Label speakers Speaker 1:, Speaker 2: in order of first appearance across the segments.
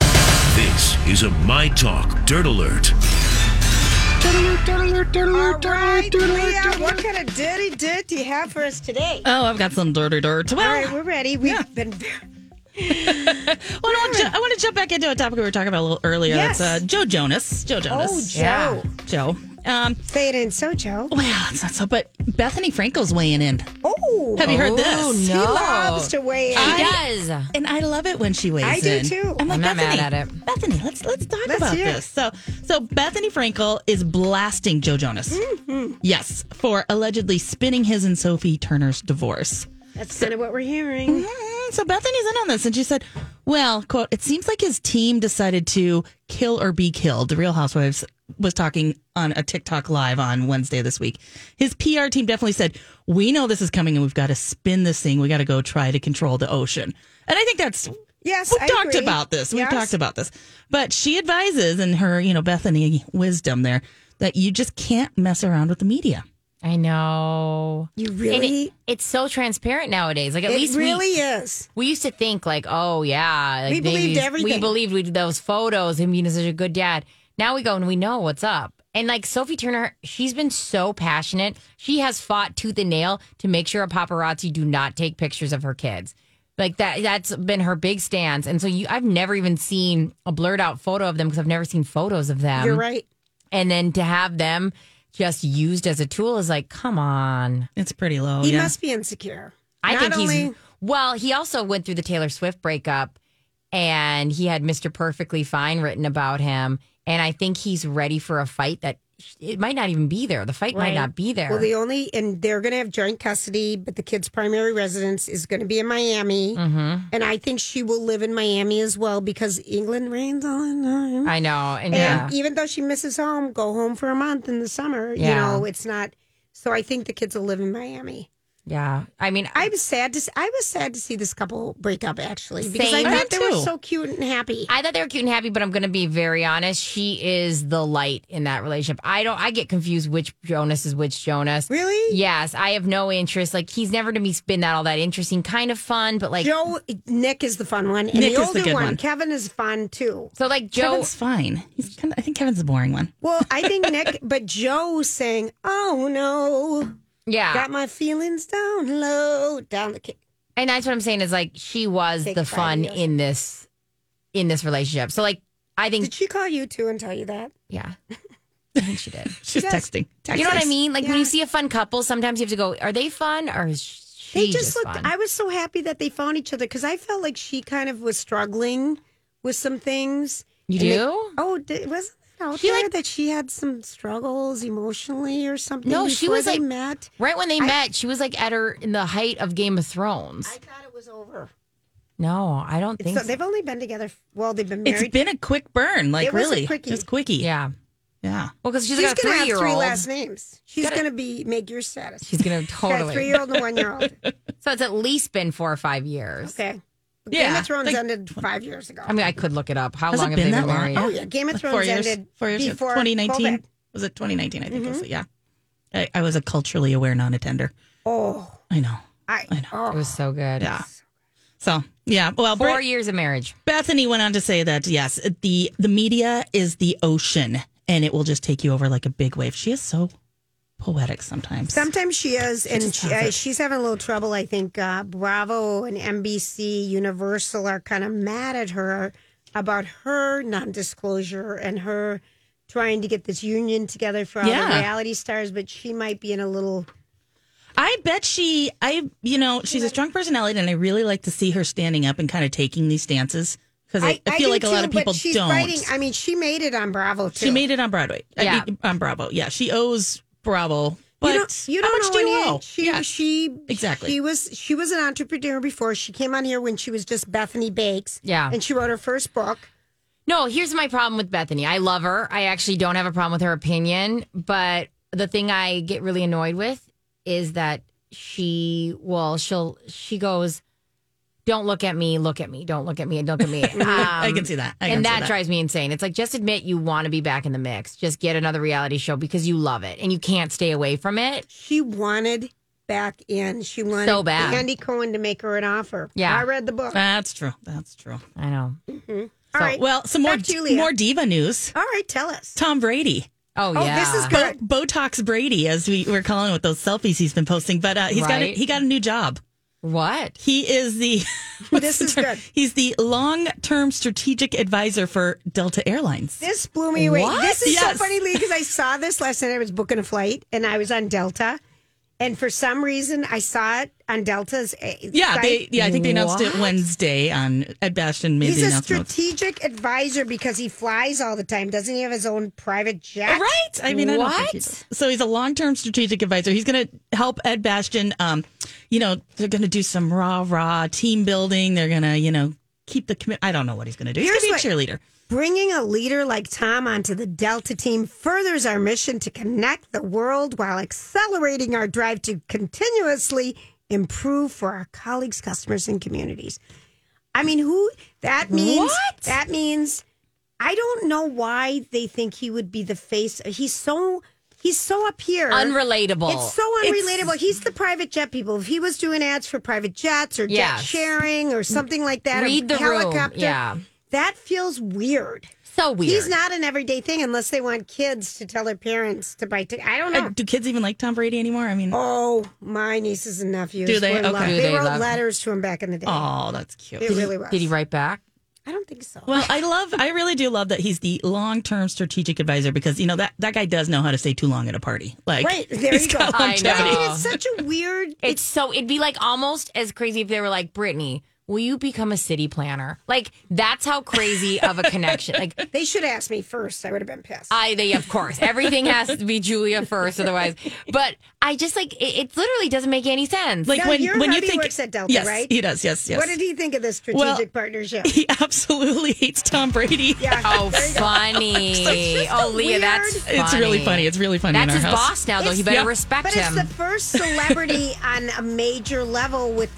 Speaker 1: This is a My Talk Dirt Alert.
Speaker 2: All right, Leah, what kind of dirty dirt do you have for us today?
Speaker 3: Oh, I've got some dirty dirt. Well,
Speaker 2: All right, we're ready. We've been very.
Speaker 3: well, I, want to, I want to jump back into a topic we were talking about a little earlier.
Speaker 2: Yes.
Speaker 3: It's uh, Joe Jonas. Joe
Speaker 2: Oh,
Speaker 3: Jonas.
Speaker 2: Joe.
Speaker 3: Joe. Um,
Speaker 2: Say it in so, Joe.
Speaker 3: well, it's not so, but Bethany Frankel's weighing in.
Speaker 2: Oh,
Speaker 3: Have you heard this?
Speaker 2: he loves to weigh in.
Speaker 3: I-
Speaker 4: Oh. does.
Speaker 3: And I love it when she weighs
Speaker 2: I do,
Speaker 3: in.
Speaker 2: too.
Speaker 3: I'm like,
Speaker 4: I'm not
Speaker 3: Bethany,
Speaker 4: mad at it.
Speaker 3: Bethany, let's let's talk
Speaker 2: Let's
Speaker 3: about
Speaker 2: hear it.
Speaker 3: this. So so Bethany Frankel is blasting Joe Jonas.
Speaker 2: Mm-hmm.
Speaker 3: Yes, for allegedly spinning his and Sophie Turner's divorce.
Speaker 2: That's kind of what we're hearing.
Speaker 3: Mm, So Bethany's in on this, and she said, "Well, quote, it seems like his team decided to kill or be killed." The Real Housewives was talking on a TikTok live on Wednesday this week. His PR team definitely said, "We know this is coming, and we've got to spin this thing. We got to go try to control the ocean." And I think that's
Speaker 2: Yes,
Speaker 3: we've
Speaker 2: I
Speaker 3: talked
Speaker 2: agree.
Speaker 3: about this. We've
Speaker 2: Yes.
Speaker 3: talked about this, but she advises in her, you know, Bethany wisdom there that you just can't mess around with the media.
Speaker 4: I know.
Speaker 2: You
Speaker 4: And it-
Speaker 2: really?
Speaker 4: it's so transparent nowadays. Like at
Speaker 2: It,
Speaker 4: least
Speaker 2: really
Speaker 4: we,
Speaker 2: is.
Speaker 4: we used to think like, oh yeah, like,
Speaker 2: We
Speaker 4: they
Speaker 2: believed
Speaker 4: used-
Speaker 2: everything.
Speaker 4: We believed we those photos. Him being such a good dad. Now we go and we know what's up. And like Sophie Turner, she's been so passionate. She has fought tooth and nail to make sure a paparazzi do not take pictures of her kids. Like that, that's been her big stance. And so you, I've never even seen a blurred out photo of them because I've never seen photos of them.
Speaker 2: You're right.
Speaker 4: and then to have them just used as a tool is like, come on.
Speaker 3: It's pretty low.
Speaker 2: he
Speaker 3: yeah.
Speaker 2: must be insecure.
Speaker 4: I
Speaker 2: Not
Speaker 4: think
Speaker 2: only,
Speaker 4: he's well. He also went through the Taylor Swift breakup, and he had Mister Perfectly Fine written about him, and I think he's ready for a fight that it might not even be there. The fight might not be there.
Speaker 2: Well, the only and they're going to have joint custody, but the kid's primary residence is going to be in Miami,
Speaker 4: Mm. Mm-hmm.
Speaker 2: and I think she will live in Miami as well because England rains all the time.
Speaker 4: I know, and, yeah,
Speaker 2: And even though she misses home, go home for a month in the summer. You
Speaker 4: Yeah.
Speaker 2: know, it's not. So I think the kids will live in Miami.
Speaker 4: yeah. I mean, I,
Speaker 2: I was sad to. s- I was sad to see this couple break up actually because
Speaker 4: Same.
Speaker 2: I
Speaker 3: I
Speaker 2: thought they
Speaker 3: am
Speaker 2: were
Speaker 3: too.
Speaker 2: so cute and happy.
Speaker 4: I thought they were cute and happy, but I'm going to be very honest. She is the light in that relationship. I don't. I get confused which Jonas is which Jonas.
Speaker 2: really,
Speaker 4: Yes, I have no interest. Like he's never to me been that all that interesting. Kind of fun, but like
Speaker 2: Joe Nick is the fun one, and
Speaker 3: Nick is
Speaker 2: the
Speaker 3: the
Speaker 2: older
Speaker 3: good
Speaker 2: one.
Speaker 3: one.
Speaker 2: Kevin is fun too.
Speaker 4: so like Joe.
Speaker 3: Kevin's fine. He's kind of, I think Kevin's the boring one.
Speaker 2: Well, I think Nick, but Joe sang, "Oh no,
Speaker 4: yeah,
Speaker 2: got my feelings down low, down the." ki-"
Speaker 4: and that's what I'm saying is like she was
Speaker 2: Take
Speaker 4: the
Speaker 2: five
Speaker 4: fun
Speaker 2: years.
Speaker 4: in this in this relationship. So like I think
Speaker 2: Did she call you too and tell you that?
Speaker 4: yeah. I think she did.
Speaker 3: She's
Speaker 2: Yes.
Speaker 3: texting.
Speaker 4: You know what I mean? Like when
Speaker 2: Yeah.
Speaker 4: you see a fun couple, sometimes you have to go, are they fun or is she
Speaker 2: They just looked.
Speaker 4: fun?
Speaker 2: I was so happy that they found each other because I felt like she kind of was struggling with some things.
Speaker 4: you
Speaker 2: and they-
Speaker 4: do?
Speaker 2: Oh, did, wasn't it out
Speaker 4: She,
Speaker 2: there
Speaker 4: like-
Speaker 2: that she had some struggles emotionally or something?
Speaker 4: No, she
Speaker 2: before
Speaker 4: was,
Speaker 2: they
Speaker 4: like-
Speaker 2: met.
Speaker 4: right when they met, she was like at her in the height of Game of Thrones.
Speaker 2: I thought it was over.
Speaker 4: no, I don't
Speaker 2: It's-
Speaker 4: think so.
Speaker 2: they've only been together. Well, they've been
Speaker 3: It's
Speaker 2: married.
Speaker 3: been a quick burn, like
Speaker 2: It was a
Speaker 3: really,
Speaker 2: quickie.
Speaker 3: it's quickie.
Speaker 4: Yeah.
Speaker 3: yeah.
Speaker 4: Well, because she's,
Speaker 2: She's
Speaker 4: like a
Speaker 2: gonna
Speaker 4: three
Speaker 2: have
Speaker 4: year
Speaker 2: three
Speaker 4: old.
Speaker 2: last names. She's gonna be make your status.
Speaker 4: She's gonna
Speaker 2: Got a
Speaker 4: totally.
Speaker 2: three-year-old and a one-year-old.
Speaker 4: So it's at least been four or five years.
Speaker 2: Okay. Game
Speaker 3: Yeah,
Speaker 2: of Thrones
Speaker 3: like-
Speaker 2: ended five years ago.
Speaker 4: I mean, I could look it up. How
Speaker 3: Has it
Speaker 4: long have
Speaker 3: been
Speaker 4: they
Speaker 3: that
Speaker 4: been
Speaker 3: long?
Speaker 4: married?
Speaker 2: oh yeah, Game of
Speaker 3: Like
Speaker 2: Thrones
Speaker 3: four years,
Speaker 2: ended
Speaker 3: four years,
Speaker 2: before
Speaker 3: 2019.
Speaker 2: COVID. Mm-hmm.
Speaker 3: Was it 2019? I think it was. Yeah, I, I was a culturally aware non-attender.
Speaker 2: Oh,
Speaker 3: I know.
Speaker 2: I,
Speaker 3: I know.
Speaker 2: oh.
Speaker 4: It was so good.
Speaker 3: Yeah. So yeah, well,
Speaker 4: Four
Speaker 3: Bre-
Speaker 4: years of marriage.
Speaker 3: Bethany went on to say that yes, the the media is the ocean, and it will just take you over like a big wave. She is so poetic sometimes.
Speaker 2: Sometimes she is, and she, uh, she's having a little trouble. I think uh, Bravo and NBC Universal are kind of mad at her about her non-disclosure and her trying to get this union together for all the
Speaker 3: Yeah.
Speaker 2: reality stars. But she might be in a little.
Speaker 3: I bet she, I, you know, she's a strong personality, and I really like to see her standing up and kind of taking these stances because I, I feel
Speaker 2: do
Speaker 3: like a lot
Speaker 2: too,
Speaker 3: of
Speaker 2: but
Speaker 3: people
Speaker 2: she's
Speaker 3: don't.
Speaker 2: Writing, I mean, she made it on Bravo too.
Speaker 3: she made it on Broadway.
Speaker 4: Yeah.
Speaker 3: I mean, on Bravo. Yeah, she owes Bravo. But
Speaker 2: you don't, you
Speaker 3: how
Speaker 2: don't
Speaker 3: much
Speaker 2: know
Speaker 3: do you
Speaker 2: any-
Speaker 3: owe?
Speaker 2: She,
Speaker 3: yeah.
Speaker 2: she
Speaker 3: Exactly.
Speaker 2: She was she was an entrepreneur before. She came on here when she was just Bethany Bakes.
Speaker 4: Yeah.
Speaker 2: and she wrote her first book.
Speaker 4: No, here's my problem with Bethany. I love her. I actually don't have a problem with her opinion, but the thing I get really annoyed with is that she well, she'll she goes, "Don't look at me, look at me, don't look at me, don't look at me." Um,
Speaker 3: I can see that. I can
Speaker 4: and
Speaker 3: see
Speaker 4: that, drives me insane. It's like just admit you want to be back in the mix. Just get another reality show because you love it and you can't stay away from it.
Speaker 2: She wanted back in. She wanted
Speaker 4: So bad.
Speaker 2: Andy Cohen to make her an offer.
Speaker 4: Yeah.
Speaker 2: I read the book.
Speaker 3: That's true. That's true.
Speaker 4: I know.
Speaker 2: All right.
Speaker 3: Well, some more
Speaker 2: Back to you, Leah.
Speaker 3: more diva news.
Speaker 2: All right. Tell us.
Speaker 3: Tom Brady.
Speaker 4: Oh,
Speaker 2: Oh,
Speaker 4: yeah.
Speaker 2: this is
Speaker 3: Bo-
Speaker 2: good.
Speaker 3: Botox Brady, as we were calling it with those selfies he's been posting, but uh, he's got a,
Speaker 4: Right.
Speaker 3: he got a new job.
Speaker 4: what?
Speaker 3: He is the what's
Speaker 2: This
Speaker 3: the
Speaker 2: is
Speaker 3: term?
Speaker 2: good.
Speaker 3: He's the long term strategic advisor for Delta Airlines.
Speaker 2: This blew me away.
Speaker 3: What?
Speaker 2: This is
Speaker 3: Yes.
Speaker 2: so funny, Lee, because I saw this last night. I was booking a flight and I was on Delta. And for some reason, I saw it on Delta's. eh,
Speaker 3: Yeah,
Speaker 2: site.
Speaker 3: they yeah I think they announced it
Speaker 4: What?
Speaker 3: Wednesday on Ed Bastian made
Speaker 2: He's
Speaker 3: the
Speaker 2: a
Speaker 3: announcement.
Speaker 2: strategic advisor because he flies all the time. Doesn't he have his own private jet?
Speaker 3: Right? I mean, I don't think he
Speaker 4: What?
Speaker 3: does. so he's a long-term strategic advisor. He's going to help Ed Bastian. Um, you know, they're going to do some rah rah team building. They're going to, you know, keep the commit. I don't know what he's going to do. He's going
Speaker 2: Here's
Speaker 3: to be a
Speaker 2: what-
Speaker 3: cheerleader.
Speaker 2: Bringing a leader like Tom onto the Delta team furthers our mission to connect the world while accelerating our drive to continuously improve for our colleagues, customers, and communities. I mean, who that means?
Speaker 4: What?
Speaker 2: That means I don't know why they think he would be the face. He's so he's so up here.
Speaker 4: Unrelatable.
Speaker 2: It's so unrelatable. He's the private jet people. If he was doing ads for private jets or
Speaker 4: Yes.
Speaker 2: jet sharing or something like that, or
Speaker 4: Read the room.
Speaker 2: helicopter,
Speaker 4: Yeah.
Speaker 2: that feels weird.
Speaker 4: so weird.
Speaker 2: He's not an everyday thing unless they want kids to tell their parents to buy tickets. I don't know.
Speaker 3: Uh, do kids even like Tom Brady anymore? I mean, oh,
Speaker 2: oh, my nieces and nephews.
Speaker 3: Do they?
Speaker 2: were
Speaker 3: Okay.
Speaker 2: love-
Speaker 3: Do
Speaker 2: They,
Speaker 4: they
Speaker 2: wrote
Speaker 4: love him?
Speaker 2: letters to him back in the day.
Speaker 3: that's cute.
Speaker 2: it really was.
Speaker 4: Did he write back?
Speaker 2: I don't think so.
Speaker 3: Well, I love, I really do love that he's the long term strategic advisor because, you know, that, that guy does know how to stay too long at a party. Like,
Speaker 2: Right, there
Speaker 3: he's
Speaker 2: you go.
Speaker 3: got
Speaker 4: I
Speaker 3: longevity.
Speaker 4: know.
Speaker 2: I mean, it's such a weird.
Speaker 4: It's so it'd be like almost as crazy if they were like, Brittany, will you become a city planner? Like that's how crazy of a connection. Like
Speaker 2: They should ask me first. I would have been pissed.
Speaker 4: I they of course everything has to be Julia first, otherwise. But I just like it, it literally doesn't make any sense.
Speaker 3: Like,
Speaker 2: Now,
Speaker 3: when,
Speaker 2: your
Speaker 3: when you
Speaker 2: hubby
Speaker 3: think.
Speaker 2: works at Delta,
Speaker 3: yes,
Speaker 2: right?
Speaker 3: He does. Yes, yes.
Speaker 2: What did he think of this strategic
Speaker 3: Well-
Speaker 2: partnership?
Speaker 3: he absolutely hates Tom Brady.
Speaker 2: Yeah.
Speaker 4: oh,
Speaker 2: There you go.
Speaker 4: funny. Oh, Leah,
Speaker 2: weird-
Speaker 4: that's
Speaker 2: It's
Speaker 4: funny.
Speaker 3: It's really funny. It's really funny. in
Speaker 4: That's
Speaker 3: our
Speaker 4: his
Speaker 3: house.
Speaker 4: boss now, though.
Speaker 2: It's-
Speaker 4: You better
Speaker 3: yeah.
Speaker 4: respect
Speaker 2: But
Speaker 4: him.
Speaker 2: it's the first celebrity on a major level with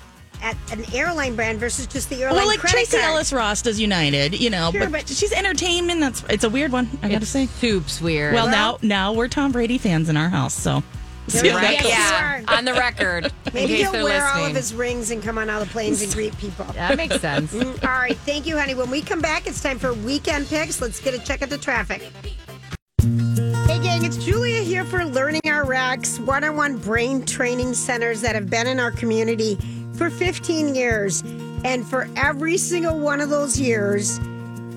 Speaker 2: at an airline brand versus just the airline.
Speaker 3: Well, like
Speaker 2: credit
Speaker 3: Tracy
Speaker 2: card.
Speaker 3: Ellis Ross does United, you know,
Speaker 2: Sure,
Speaker 3: but,
Speaker 2: but-
Speaker 3: she's entertainment. That's it's a weird one. I got to say.
Speaker 4: Soup's weird.
Speaker 3: Well, now now we're Tom Brady fans in our house, so see how that
Speaker 2: right.
Speaker 3: goes.
Speaker 4: yeah,
Speaker 2: Yes, you are.
Speaker 4: on the record.
Speaker 2: Maybe
Speaker 4: in case
Speaker 2: he'll
Speaker 4: they're
Speaker 2: wear
Speaker 4: listening.
Speaker 2: all of his rings and come on all the planes and greet people.
Speaker 4: That makes sense.
Speaker 2: Mm, all right, thank you, honey. When we come back, it's time for weekend picks. Let's get a check at the traffic. Hey, gang, it's Julia here for Learning Our Racks, one on one brain training centers that have been in our community for 15 years. And for every single one of those years,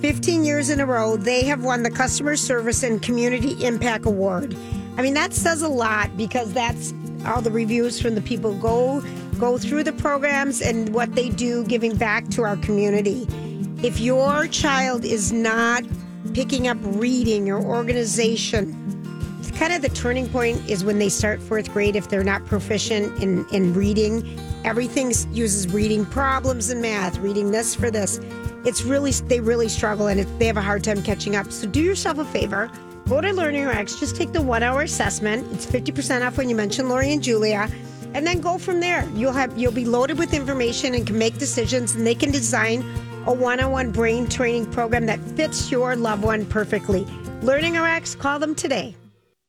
Speaker 2: 15 years in a row, they have won the Customer Service and Community Impact Award. I mean, that says a lot because that's all the reviews from the people go go through the programs and what they do giving back to our community. If your child is not picking up reading or organization, it's kind of the turning point is when they start fourth grade if they're not proficient in, in reading everything s- uses reading problems in math reading this for this it's really they really struggle and it, they have a hard time catching up so do yourself a favor go to learning rx just take the one hour assessment it's 50% off when you mention lori and julia and then go from there you'll have you'll be loaded with information and can make decisions and they can design a one-on-one brain training program that fits your loved one perfectly learning rx call them today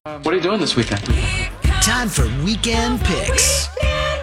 Speaker 5: What are you doing this weekend?
Speaker 6: Time for weekend picks.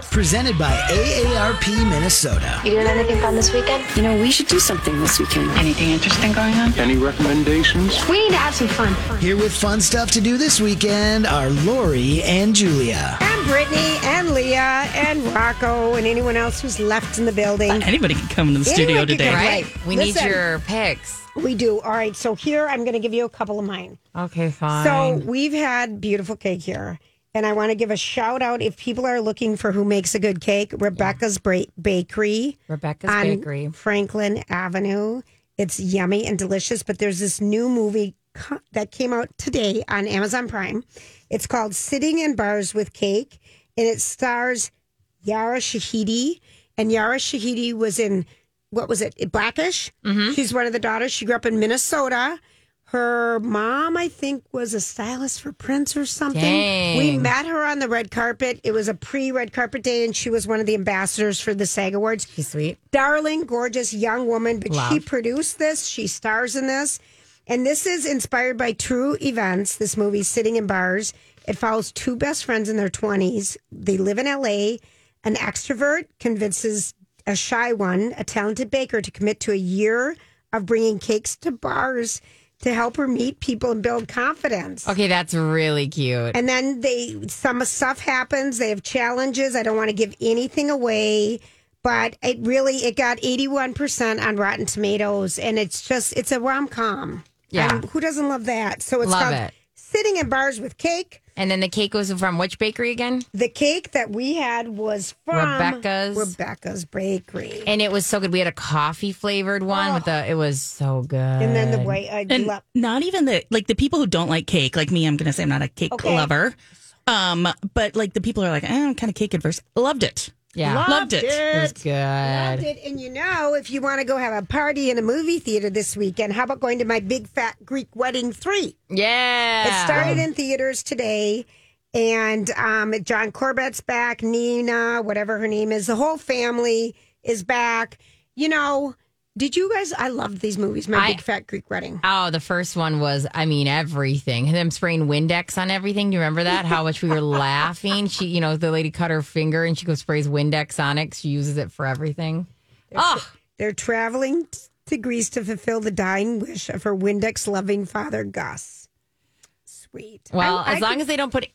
Speaker 5: presented by AARP Minnesota.
Speaker 6: You doing anything fun this weekend?
Speaker 7: You know, we should do something this weekend.
Speaker 8: Anything interesting going on?
Speaker 9: Any recommendations?
Speaker 6: We need to have some fun.
Speaker 5: Here with fun stuff to do this weekend are Lori and Julia.
Speaker 2: And Brittany and Leah and Rocco and anyone else who's left in the building.
Speaker 3: Anybody can come into the
Speaker 2: Anyone
Speaker 3: studio
Speaker 2: can
Speaker 3: today.
Speaker 2: come,
Speaker 4: Right.
Speaker 2: Right.
Speaker 4: We
Speaker 2: Listen.
Speaker 4: need your picks.
Speaker 2: We do. All right. So here I'm going to give you a couple of mine.
Speaker 4: Okay, fine.
Speaker 2: So we've had beautiful cake here. And I want to give a shout out if people are looking for who makes a good cake, Rebecca's Bra- Bakery
Speaker 4: Rebecca's
Speaker 2: on
Speaker 4: Bakery.
Speaker 2: Franklin Avenue. It's yummy and delicious, but there's this new movie co- that came out today on Amazon Prime. It's called Sitting in Bars with Cake, and it stars Yara Shahidi. And Yara Shahidi was in, what was it, Blackish? She's one of the daughters. She grew up in Minnesota. Her mom, I think, was a stylist for Prince or something. We
Speaker 4: Dang.
Speaker 2: met her on the red carpet. It was a pre red carpet day, and she was one of the ambassadors for the SAG Awards
Speaker 4: She's sweet.
Speaker 2: darling, gorgeous young woman, but she
Speaker 4: Love.
Speaker 2: produced this. She stars in this. And this is inspired by true events. This movie, Sitting in Bars, it follows two best friends in their 20s. They live in LA. An extrovert convinces a shy one, a talented baker, to commit to a year of bringing cakes to bars to help her meet people and build confidence.
Speaker 4: Okay, that's really cute.
Speaker 2: And then they some stuff happens. They have challenges. I don't want to give anything away, but it really it got eighty one percent on Rotten Tomatoes, and it's just it's a rom com.
Speaker 4: Yeah.
Speaker 2: who doesn't love that? So it's
Speaker 4: Love
Speaker 2: called
Speaker 4: it.
Speaker 2: Sitting in Bars with Cake.
Speaker 4: And then the cake was from which bakery again?
Speaker 2: The cake that we had was from
Speaker 4: Rebecca's.
Speaker 2: Rebecca's Bakery,
Speaker 4: And it was so good. We had a coffee flavored one with the. It was so good.
Speaker 2: and then the uh, way I
Speaker 3: and
Speaker 2: love.
Speaker 3: not even the like the people who don't like cake like me i'm gonna say i'm not a cake
Speaker 2: Okay.
Speaker 3: lover um but like the people who are like eh, i'm kind of cake adverse loved it
Speaker 4: Yeah.
Speaker 3: loved it,
Speaker 4: It was good.
Speaker 2: Loved it. And you know, if you want to go have a party in a movie theater this weekend, how about going to my big fat Greek wedding three?
Speaker 4: Yeah.
Speaker 2: It
Speaker 4: Oh.
Speaker 2: started in theaters today, and um, John Corbett's back. Nina, whatever her name is, the whole family is back. You know, did you guys? I loved these movies. My
Speaker 4: I-
Speaker 2: Big Fat Greek Wedding.
Speaker 4: Oh, the first one was, I mean, everything. Them spraying Windex on everything. Do you remember that? How much we were laughing. She, you know, the lady cut her finger and she goes sprays Windex on it. 'cause She uses it for everything. Oh,
Speaker 2: They're traveling t- to Greece to fulfill the dying wish of her Windex loving father, Gus. Sweet.
Speaker 4: well,
Speaker 2: I- I
Speaker 4: as long
Speaker 2: could-
Speaker 4: as they don't put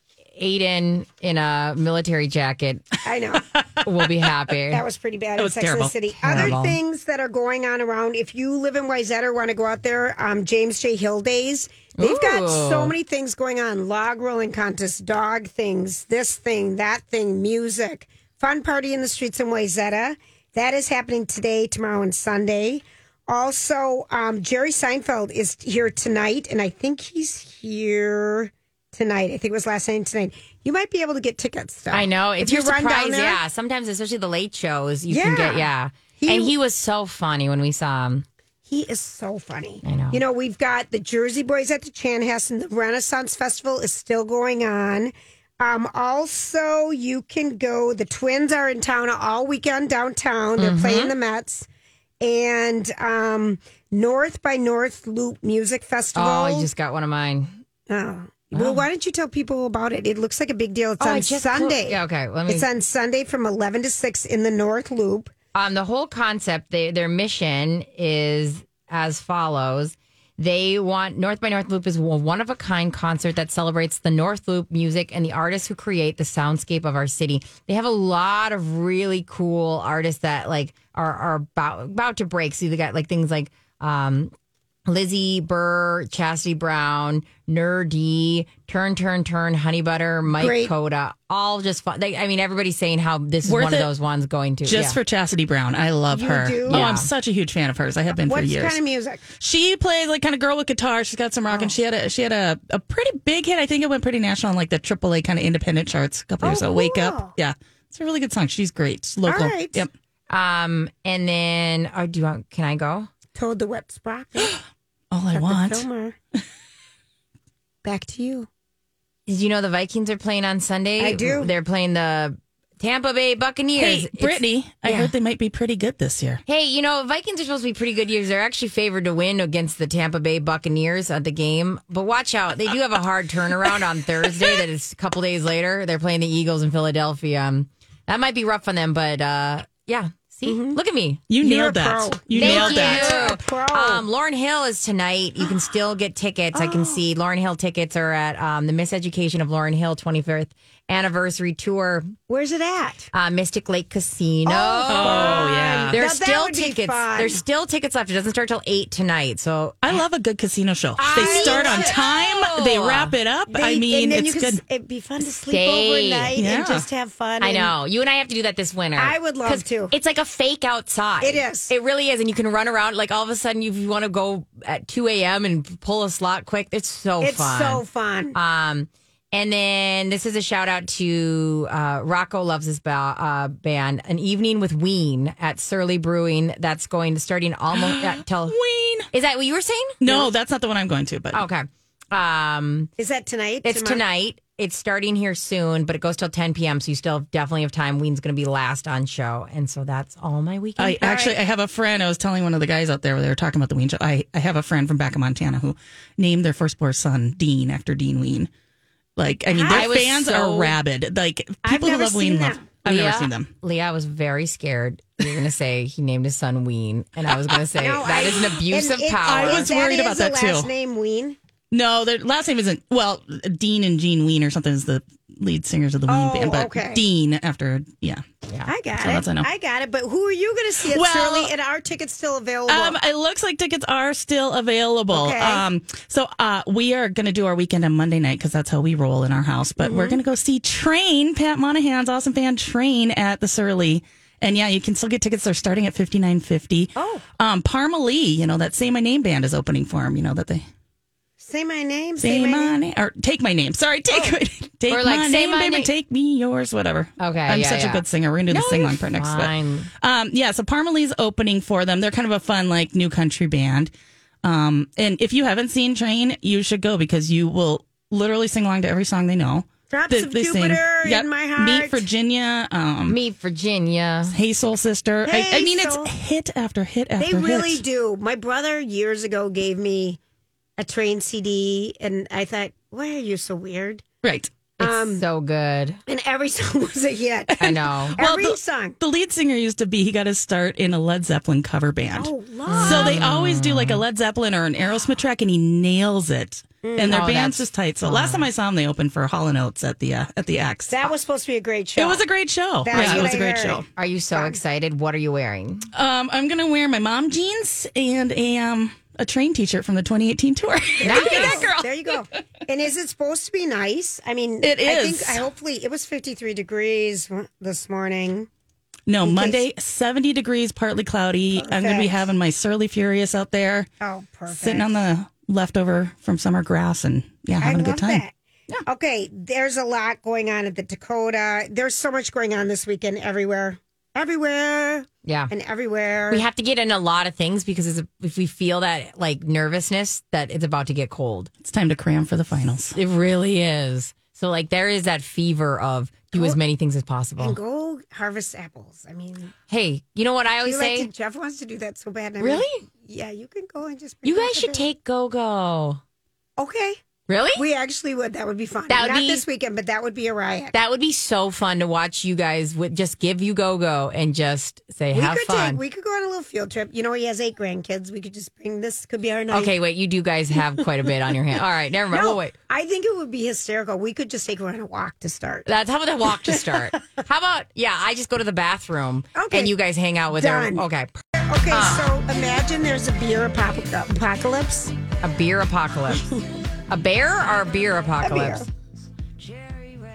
Speaker 4: Aiden in a military jacket,
Speaker 2: I know.
Speaker 4: we'll be happy.
Speaker 2: That was pretty bad. in
Speaker 3: was
Speaker 2: Sex and
Speaker 3: terrible.
Speaker 2: the City.
Speaker 4: Terrible.
Speaker 2: Other things that are going on around. If you live in Wayzata or want to go out there, um, James J. Hill Days. They've got
Speaker 4: Ooh.
Speaker 2: so many things going on: log rolling contest, dog things, this thing, that thing, music, fun party in the streets in Wayzata. That is happening today, tomorrow, and Sunday. Also, um, Jerry Seinfeld is here tonight, and I think he's here tonight. I think it was last night and tonight. You might be able to get tickets. Though.
Speaker 4: I know. If, you're
Speaker 2: run down
Speaker 4: surprised,
Speaker 2: there-
Speaker 4: yeah. Sometimes, especially the late shows, you can
Speaker 2: Yeah.
Speaker 4: get, yeah.
Speaker 2: He-
Speaker 4: and he was so funny when we saw him.
Speaker 2: He is so funny.
Speaker 4: I know.
Speaker 2: You know, we've got the Jersey Boys at the Chanhassen. The Renaissance Festival is still going on. Um, also, you can go. The twins are in town all weekend downtown. They're
Speaker 4: Mm-hmm.
Speaker 2: playing the Mets and um, North by North Loop Music Festival.
Speaker 4: Oh, you just got one of mine.
Speaker 2: Oh. Well, why don't you tell people about it? It looks like a big deal. It's
Speaker 4: Oh, I
Speaker 2: on
Speaker 4: just clo-
Speaker 2: Sunday.
Speaker 4: Yeah, okay, let me-
Speaker 2: It's on Sunday from eleven to six in the North Loop.
Speaker 4: um, the whole concept, they, their mission is as follows. They want North by North Loop is a one of a kind concert that celebrates the North Loop music and the artists who create the soundscape of our city. They have a lot of really cool artists that like are are about about to break. So they got like things like um, Lizzie Burr, Chastity Brown, Nerdy, Turn Turn Turn, Honey Butter, Mike
Speaker 2: Great.
Speaker 4: Coda, all just fun. They, I mean, everybody's saying how this is
Speaker 3: Worth
Speaker 4: one of
Speaker 3: it
Speaker 4: those ones going to
Speaker 3: just
Speaker 4: yeah.
Speaker 3: for chastity brown i love
Speaker 2: You
Speaker 3: her
Speaker 2: do?
Speaker 3: oh
Speaker 2: Yeah.
Speaker 3: i'm such a huge fan of hers i have been
Speaker 2: What
Speaker 3: for years
Speaker 2: kind of Oh. music?
Speaker 3: she plays like kind of girl with guitar she's got some rock and she had a she had a, a pretty big hit i think it went pretty national on like the aaa kind of independent charts a couple years ago wake
Speaker 2: Oh, cool.
Speaker 3: up yeah it's a really good song she's great It's local
Speaker 2: All right.
Speaker 3: yep
Speaker 4: Um, and then, oh, do you want? Can I go?
Speaker 2: Told the Wet Sprocket.
Speaker 3: all i
Speaker 2: Dr.
Speaker 3: want
Speaker 2: Kilmer. Back to you.
Speaker 4: Did you know the Vikings are playing on Sunday?
Speaker 2: I do.
Speaker 4: They're playing the Tampa Bay Buccaneers.
Speaker 3: hey
Speaker 4: It's-
Speaker 3: brittany i
Speaker 4: yeah.
Speaker 3: heard they might be pretty good this year
Speaker 4: Hey, you know Vikings are supposed to be pretty good years. They're actually favored to win against the Tampa Bay Buccaneers at the game, but watch out. They do have a hard turnaround on Thursday. That is a couple days later. They're playing the Eagles in Philadelphia. Um, That might be rough on them, but uh, yeah. See,
Speaker 2: Mm-hmm.
Speaker 4: look at me.
Speaker 2: You're
Speaker 3: You
Speaker 2: a
Speaker 3: nailed that.
Speaker 2: pro.
Speaker 3: You
Speaker 4: Thank
Speaker 3: nailed
Speaker 4: you.
Speaker 3: that.
Speaker 2: You're a pro.
Speaker 4: Um, Lauren Hill is tonight. You can still get tickets. I
Speaker 2: Oh.
Speaker 4: can see Lauren Hill tickets are at um, the Miseducation of Lauren Hill 25th anniversary tour,
Speaker 2: Where's it at?
Speaker 4: uh, Mystic Lake Casino.
Speaker 3: Oh yeah.
Speaker 4: There's
Speaker 2: Now that
Speaker 4: still
Speaker 2: would be
Speaker 4: tickets.
Speaker 2: fun.
Speaker 4: There's still tickets left. It doesn't start till eight tonight. So
Speaker 3: I love a good casino show. They
Speaker 2: I
Speaker 3: start on
Speaker 2: love it.
Speaker 3: time. They wrap it up. I
Speaker 2: They-
Speaker 3: mean,
Speaker 2: and then
Speaker 3: it's
Speaker 2: you could,
Speaker 3: good.
Speaker 2: s- It'd be fun to sleep
Speaker 4: Stay.
Speaker 2: overnight
Speaker 3: Yeah.
Speaker 2: and just have fun.
Speaker 4: I
Speaker 2: and-
Speaker 4: know you and I have to do that this winter.
Speaker 2: I would love
Speaker 4: 'Cause
Speaker 2: to.
Speaker 4: It's like a fake outside.
Speaker 2: It is.
Speaker 4: It really is, and you can run around. Like all of a sudden, if you want to go at two a.m. and pull a slot quick, it's so
Speaker 2: It's
Speaker 4: fun.
Speaker 2: so fun.
Speaker 3: Uh,
Speaker 4: Um, and then this is a shout out to uh, Rocco loves his ba- uh, band, an evening with Ween at Surly Brewing. That's going to starting almost uh, till
Speaker 3: Ween.
Speaker 4: Is that what you were saying?
Speaker 3: No, that's not the one I'm going to.
Speaker 2: Oh.
Speaker 3: But
Speaker 4: Okay. Um,
Speaker 2: Is that tonight?
Speaker 4: it's
Speaker 2: Tomorrow?
Speaker 4: tonight. It's starting here soon, but it goes till 10 p.m. So you still definitely have time. Ween's going to be last on show, and so that's all my weekend.
Speaker 3: I actually I have a friend. I was telling one of the guys out there when they were talking about the Ween show. I, I have a friend from back in Montana who named their firstborn son Dean after Dean Ween. Like I mean,
Speaker 4: I
Speaker 3: their
Speaker 4: was
Speaker 3: fans
Speaker 4: so-
Speaker 3: are rabid. Like people who
Speaker 2: never
Speaker 3: love Ween
Speaker 2: seen
Speaker 3: love.
Speaker 2: them.
Speaker 3: I've
Speaker 4: Leah,
Speaker 3: never seen them.
Speaker 4: Leah, I was very scared. You're going to say he named his son Ween, and I was going to say
Speaker 2: No,
Speaker 4: that
Speaker 2: I-
Speaker 4: is an abuse
Speaker 2: and
Speaker 4: of
Speaker 2: it-
Speaker 4: power.
Speaker 3: I was
Speaker 2: that
Speaker 3: worried
Speaker 2: is
Speaker 3: about
Speaker 2: a
Speaker 3: that, too.
Speaker 2: Last name Ween.
Speaker 3: No, their last name isn't well. Dean and Gene Ween or something is the lead singers of the Ween
Speaker 2: Oh,
Speaker 3: band. But
Speaker 2: okay.
Speaker 3: Dean after yeah.
Speaker 2: I got
Speaker 3: So
Speaker 2: it.
Speaker 3: that's I know.
Speaker 2: got it. But who are you going to see at
Speaker 3: Well-
Speaker 2: Shirley? And are tickets still available?
Speaker 3: Um, it looks like tickets are still available.
Speaker 2: Okay.
Speaker 3: Um, so uh, we are going to do our weekend on Monday night because that's how we roll in our house. But we're going to go see Train, Pat Monahan's awesome fan Train at the Surly. And yeah, you can still get tickets. They're starting at fifty nine fifty. Oh, um, Parma Lee, you know that Say My Name band is opening for him. You know that they
Speaker 2: say my name.
Speaker 3: Say,
Speaker 2: Say,
Speaker 3: my,
Speaker 2: name.
Speaker 3: name or Take My Name. Sorry, take my, take
Speaker 4: Or like,
Speaker 3: my
Speaker 4: Say
Speaker 3: name,
Speaker 4: My
Speaker 3: baby,
Speaker 4: Name.
Speaker 3: take me yours, whatever.
Speaker 4: Okay,
Speaker 3: I'm
Speaker 4: yeah,
Speaker 3: such
Speaker 4: yeah.
Speaker 3: a good singer. We're gonna do
Speaker 4: No,
Speaker 3: the sing
Speaker 4: you're
Speaker 3: along part next.
Speaker 4: fine.
Speaker 3: But, um, yeah, so Parmalee's opening for them. They're kind of a fun, like new country band. Um, and if you haven't seen Train, you should go because you will literally sing along to every song they know.
Speaker 2: Drops
Speaker 3: They-
Speaker 2: of
Speaker 3: they sing-
Speaker 2: Jupiter in my heart.
Speaker 3: Meet Virginia. Um,
Speaker 4: Meet Virginia.
Speaker 3: Hey Soul Sister. I,
Speaker 2: Hey
Speaker 3: I mean,
Speaker 2: Soul.
Speaker 3: it's hit after hit after
Speaker 2: They really
Speaker 3: hit.
Speaker 2: do. My brother years ago gave me a train CD, and I thought, why are you so weird?
Speaker 3: Right.
Speaker 4: It's so good.
Speaker 2: And every song was a hit.
Speaker 4: I know.
Speaker 2: every
Speaker 3: the-
Speaker 2: song.
Speaker 3: The lead singer used to be, he got his start in a Led Zeppelin cover band.
Speaker 2: Oh, love.
Speaker 3: So they always do like a Led Zeppelin or an Aerosmith track, and he nails it.
Speaker 2: Mm.
Speaker 3: And their
Speaker 4: Oh, that's
Speaker 3: band's just tight. So last time I saw him, they opened for Hall and Oates at the uh, at the X.
Speaker 2: That was supposed to be a great show.
Speaker 3: it was a great show.
Speaker 2: That's
Speaker 3: yeah,
Speaker 2: what
Speaker 3: it was
Speaker 2: I
Speaker 3: a great
Speaker 2: heard.
Speaker 3: show.
Speaker 4: Are you so excited? What are you wearing?
Speaker 3: Um, I'm gonna wear my mom jeans and a um, a train T-shirt from the 2018 tour. Look at that girl.
Speaker 2: There you go. And is it supposed to be nice? I mean,
Speaker 3: It
Speaker 2: I
Speaker 3: is.
Speaker 2: think I hopefully it was 53 degrees this morning.
Speaker 3: No, Monday, 70 degrees, partly cloudy. I'm gonna be
Speaker 2: Perfect.
Speaker 3: having my surly furious out there,
Speaker 2: Oh, perfect.
Speaker 3: sitting on the leftover from summer grass, and yeah,
Speaker 2: I
Speaker 3: having a good
Speaker 2: love
Speaker 3: time.
Speaker 2: That. Okay, there's a lot going on at the Dakota. There's so much going on this weekend everywhere, everywhere,
Speaker 4: Yeah.
Speaker 2: and everywhere.
Speaker 4: We have to get in a lot of things because it's- if we feel that like nervousness that it's about to get cold.
Speaker 3: It's time to cram for the finals.
Speaker 4: It really is. So like there is that fever of do as many things as possible.
Speaker 2: and go harvest apples. I mean,
Speaker 4: Hey, you know what I always
Speaker 2: you
Speaker 4: say?
Speaker 2: like to, Jeff wants to do that so bad. I mean,
Speaker 4: Really?
Speaker 2: yeah, you can go and just.
Speaker 4: you
Speaker 2: pick up
Speaker 4: guys
Speaker 2: a
Speaker 4: should
Speaker 2: bit.
Speaker 4: take go go.
Speaker 2: Okay,
Speaker 4: Really?
Speaker 2: we actually would. That would be fun.
Speaker 4: That would
Speaker 2: Not
Speaker 4: be-
Speaker 2: this weekend, but that would be a riot.
Speaker 4: that would be so fun to watch you guys with just give you go go and just say
Speaker 2: we
Speaker 4: have
Speaker 2: could
Speaker 4: fun.
Speaker 2: take. We could go on a little field trip. You know, he has eight grandkids. We could just bring this. Could be our night.
Speaker 4: okay, wait, you do guys have quite a bit on your hand. All right, never mind.
Speaker 2: No,
Speaker 4: We'll wait.
Speaker 2: I think it would be hysterical. We could just take her on a walk to start.
Speaker 4: That's how about a walk to start? how about yeah, I just go to the bathroom
Speaker 2: Okay.
Speaker 4: and you guys hang out with
Speaker 2: Done.
Speaker 4: her. Okay.
Speaker 2: Okay, so imagine there's a beer apoc- apocalypse.
Speaker 4: A beer apocalypse. a bear or a beer apocalypse?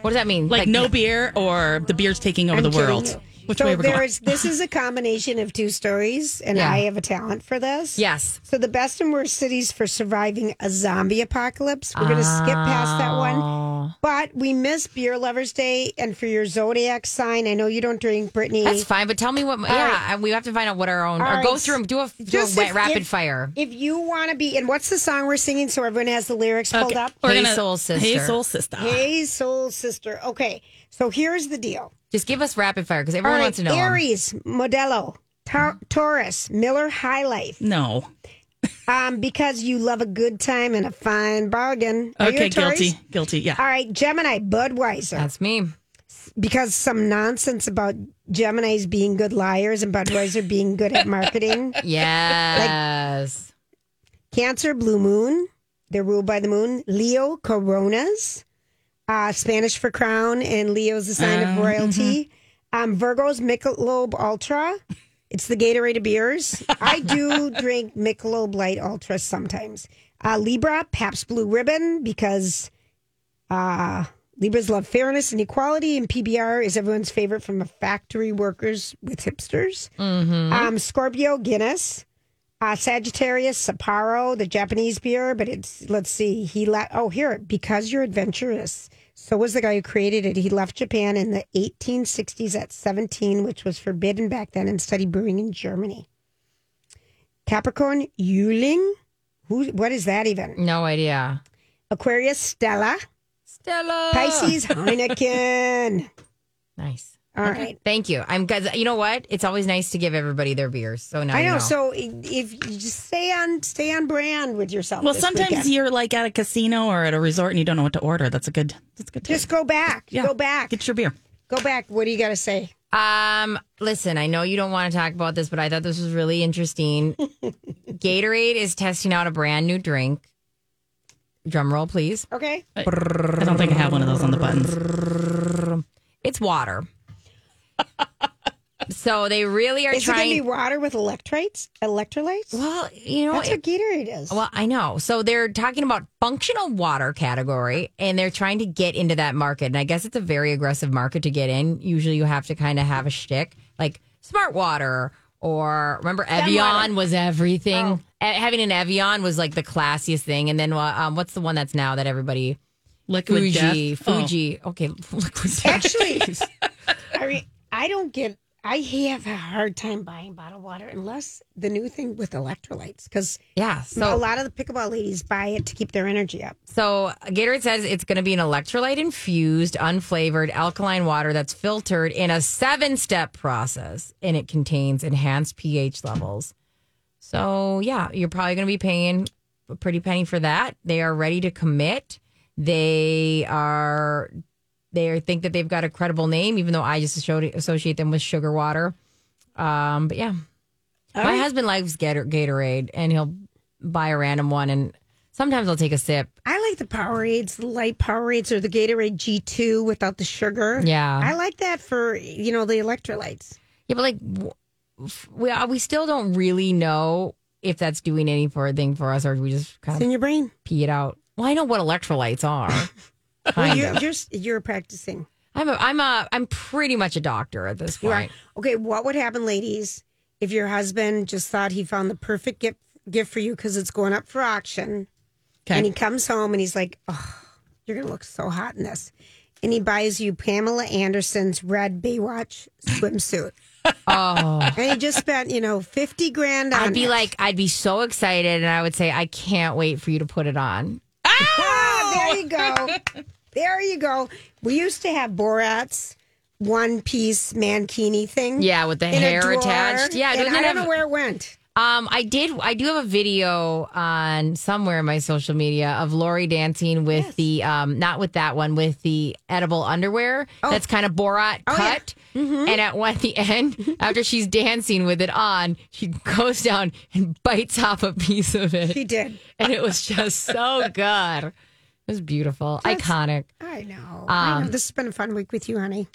Speaker 4: What does that mean?
Speaker 3: Like, no beer or the beer's taking over
Speaker 2: I'm
Speaker 3: the
Speaker 2: kidding
Speaker 3: world.
Speaker 2: you.
Speaker 3: Which
Speaker 2: so
Speaker 3: way we're
Speaker 2: there
Speaker 3: going?
Speaker 2: is- This is a combination of two stories, and
Speaker 4: Yeah.
Speaker 2: I have a talent for this.
Speaker 4: Yes.
Speaker 2: So the best and worst cities for surviving a zombie apocalypse. We're going to skip past that
Speaker 4: Oh.
Speaker 2: one, but we miss Beer Lovers Day, and for your zodiac sign, I know you don't drink, Brittany.
Speaker 4: That's fine, but tell me what. yeah, and we have to find out what our own.
Speaker 2: All
Speaker 4: or go
Speaker 2: right.
Speaker 4: through them. Do a, do a
Speaker 2: Just
Speaker 4: wet,
Speaker 2: if-
Speaker 4: rapid
Speaker 2: if-
Speaker 4: fire.
Speaker 2: If you want to be, and what's the song we're singing? So everyone has the lyrics pulled up.
Speaker 3: We're
Speaker 4: Hey, soul sister.
Speaker 3: Hey, soul sister.
Speaker 2: Hey, soul sister. Okay, so here's the deal.
Speaker 4: Just give us rapid fire because everyone
Speaker 2: All right,
Speaker 4: wants to know. 'em.
Speaker 2: Aries, Modelo, Tar- Taurus, Miller High Life.
Speaker 3: No.
Speaker 2: Um, because you love a good time and a fine bargain. Are you a
Speaker 3: Okay,
Speaker 2: Taurus?
Speaker 3: guilty. Guilty. Yeah.
Speaker 2: All right, Gemini, Budweiser.
Speaker 4: That's me.
Speaker 2: because some nonsense about Gemini's being good liars and Budweiser being good at marketing.
Speaker 4: Yes.
Speaker 2: Cancer, blue moon. They're ruled by the moon. Leo, coronas. Uh, Spanish for crown, and Leo's the sign of royalty. Um, Virgo's Michelob Ultra. It's the Gatorade of beers. I do drink Michelob Light Ultra sometimes. Uh, Libra, Pabst Blue Ribbon, because uh, Libras love fairness and equality, and PBR is everyone's favorite from the factory workers with hipsters. Um, Scorpio, Guinness. Uh, Sagittarius, Sapporo, the Japanese beer, but it's let's see, he left. Oh, here, because you're adventurous. So was the guy who created it. He left Japan in the 1860s at 17, which was forbidden back then, and studied brewing in Germany. Capricorn, Yuling, who? What is that even?
Speaker 4: No idea.
Speaker 2: Aquarius, Stella,
Speaker 3: Ah.
Speaker 4: Stella.
Speaker 2: Pisces, Heineken.
Speaker 4: Nice.
Speaker 2: All right.
Speaker 4: Thank you. I'm guys. You know what? It's always nice to give everybody their beers. So now
Speaker 2: I
Speaker 4: you
Speaker 2: know. So i- if you just stay on, stay on brand with yourself.
Speaker 3: Well,
Speaker 2: this
Speaker 3: sometimes
Speaker 2: weekend.
Speaker 3: you're like at a casino or at a resort and you don't know what to order. That's a good. That's a good. Tip.
Speaker 2: just go back. Go back.
Speaker 3: Get your beer.
Speaker 2: Go back. What do you got to say?
Speaker 4: Um, listen, I know you don't want to talk about this, but I thought this was really interesting. Gatorade is testing out a brand new drink. Drum roll, please.
Speaker 2: Okay.
Speaker 3: I don't think I have one of those on the buttons.
Speaker 4: It's water. so they really are
Speaker 2: Is it
Speaker 4: trying.
Speaker 2: going to be water with electrolytes? Electrolytes?
Speaker 4: well, you know,
Speaker 2: That's
Speaker 4: it-
Speaker 2: what Gatorade is.
Speaker 4: Well, I know. So they're talking about functional water category and they're trying to get into that market. And I guess it's a very aggressive market to get in. Usually you have to kind of have a shtick like smart water or remember Evian was everything. Eh, Having an Evian was like the classiest thing. And then uh, um, what's the one that's now that everybody
Speaker 3: Liquid
Speaker 4: Fuji,
Speaker 3: death. Oh.
Speaker 4: Fuji. Okay, liquid death.
Speaker 2: Actually, I mean, I don't get. I have a hard time buying bottled water unless the new thing with electrolytes, because
Speaker 4: yeah. So
Speaker 2: a lot of the pickleball ladies buy it to keep their energy up.
Speaker 4: So Gatorade says it's going to be an electrolyte infused, unflavored alkaline water that's filtered in a seven step process, and it contains enhanced pH levels. So yeah, you're probably going to be paying a pretty penny for that. They are ready to commit. They are. They think that they've got a credible name, even though I just associ- associate them with sugar water. Um, but yeah, my husband likes Gator- Gatorade, and he'll buy a random one, and sometimes I'll take a sip.
Speaker 2: I like the Powerades, the light Powerades, or the Gatorade G2 without the sugar.
Speaker 4: Yeah.
Speaker 2: I like that for you know the electrolytes.
Speaker 4: Yeah, but like, w- f- we uh, we still don't really know if that's doing any for thing for us, or we just
Speaker 2: It's
Speaker 4: kind
Speaker 2: in
Speaker 4: of
Speaker 2: your brain.
Speaker 4: pee it out. Well, I know what electrolytes are.
Speaker 2: Well,
Speaker 4: kind
Speaker 2: you're,
Speaker 4: of.
Speaker 2: you're s- you're practicing.
Speaker 4: I'm a, I'm a I'm pretty much a doctor at this
Speaker 2: You are.
Speaker 4: point.
Speaker 2: Okay, what would happen, ladies, if your husband just thought he found the perfect gift gift for you because it's going up for auction,
Speaker 3: Okay.
Speaker 2: and he comes home and he's like, "Oh, you're gonna look so hot in this," and he buys you Pamela Anderson's red Baywatch swimsuit,
Speaker 4: Oh,
Speaker 2: and he just spent you know fifty grand on.
Speaker 4: I'd be
Speaker 2: it.
Speaker 4: like, I'd be so excited, and I would say, I can't wait for you to put it on.
Speaker 2: Ah,
Speaker 4: "Oh."
Speaker 2: there you go. There you go. We used to have Borat's one piece mankini thing.
Speaker 4: Yeah, with the
Speaker 2: in a
Speaker 4: hair
Speaker 2: drawer,
Speaker 4: attached. Yeah,
Speaker 2: and
Speaker 4: doesn't
Speaker 2: I
Speaker 4: it
Speaker 2: don't
Speaker 4: have-
Speaker 2: know where it went.
Speaker 4: Um, I did. I do have a video on somewhere in my social media of Lori dancing with the um, not with that one, with the edible underwear
Speaker 2: Oh.
Speaker 4: that's kind of Borat cut.
Speaker 2: Mm-hmm.
Speaker 4: And at one at the end, after she's dancing with it on, she goes down and bites off a piece of
Speaker 2: He
Speaker 4: it,
Speaker 2: did.
Speaker 4: and it was just so good. It was beautiful, iconic.
Speaker 2: I know. I
Speaker 3: Um,
Speaker 2: know. This has been a fun week with you, honey.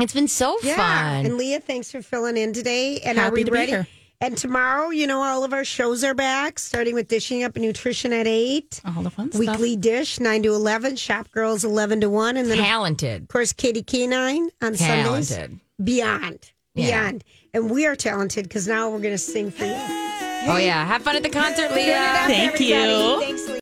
Speaker 4: It's been so fun.
Speaker 2: And Leah, thanks for filling in today. And are
Speaker 3: Happy
Speaker 2: we
Speaker 3: to be
Speaker 2: ready?
Speaker 3: here.
Speaker 2: And tomorrow, you know, all of our shows are back, starting with Dishing Up Nutrition at 8,
Speaker 3: All the fun Oh, stuff.
Speaker 2: Weekly Dish 9 to 11, Shop Girls 11 to 1, and then, of
Speaker 4: talented,
Speaker 2: course, Katie Kenine on Sundays.
Speaker 4: talented.
Speaker 2: Beyond.
Speaker 4: Yeah.
Speaker 2: Beyond. And we are talented because now we're going to sing for you.
Speaker 4: Oh yeah, have fun at the concert, Leah.
Speaker 2: Good enough,
Speaker 3: Thank you.
Speaker 2: everybody. Thanks, Leah.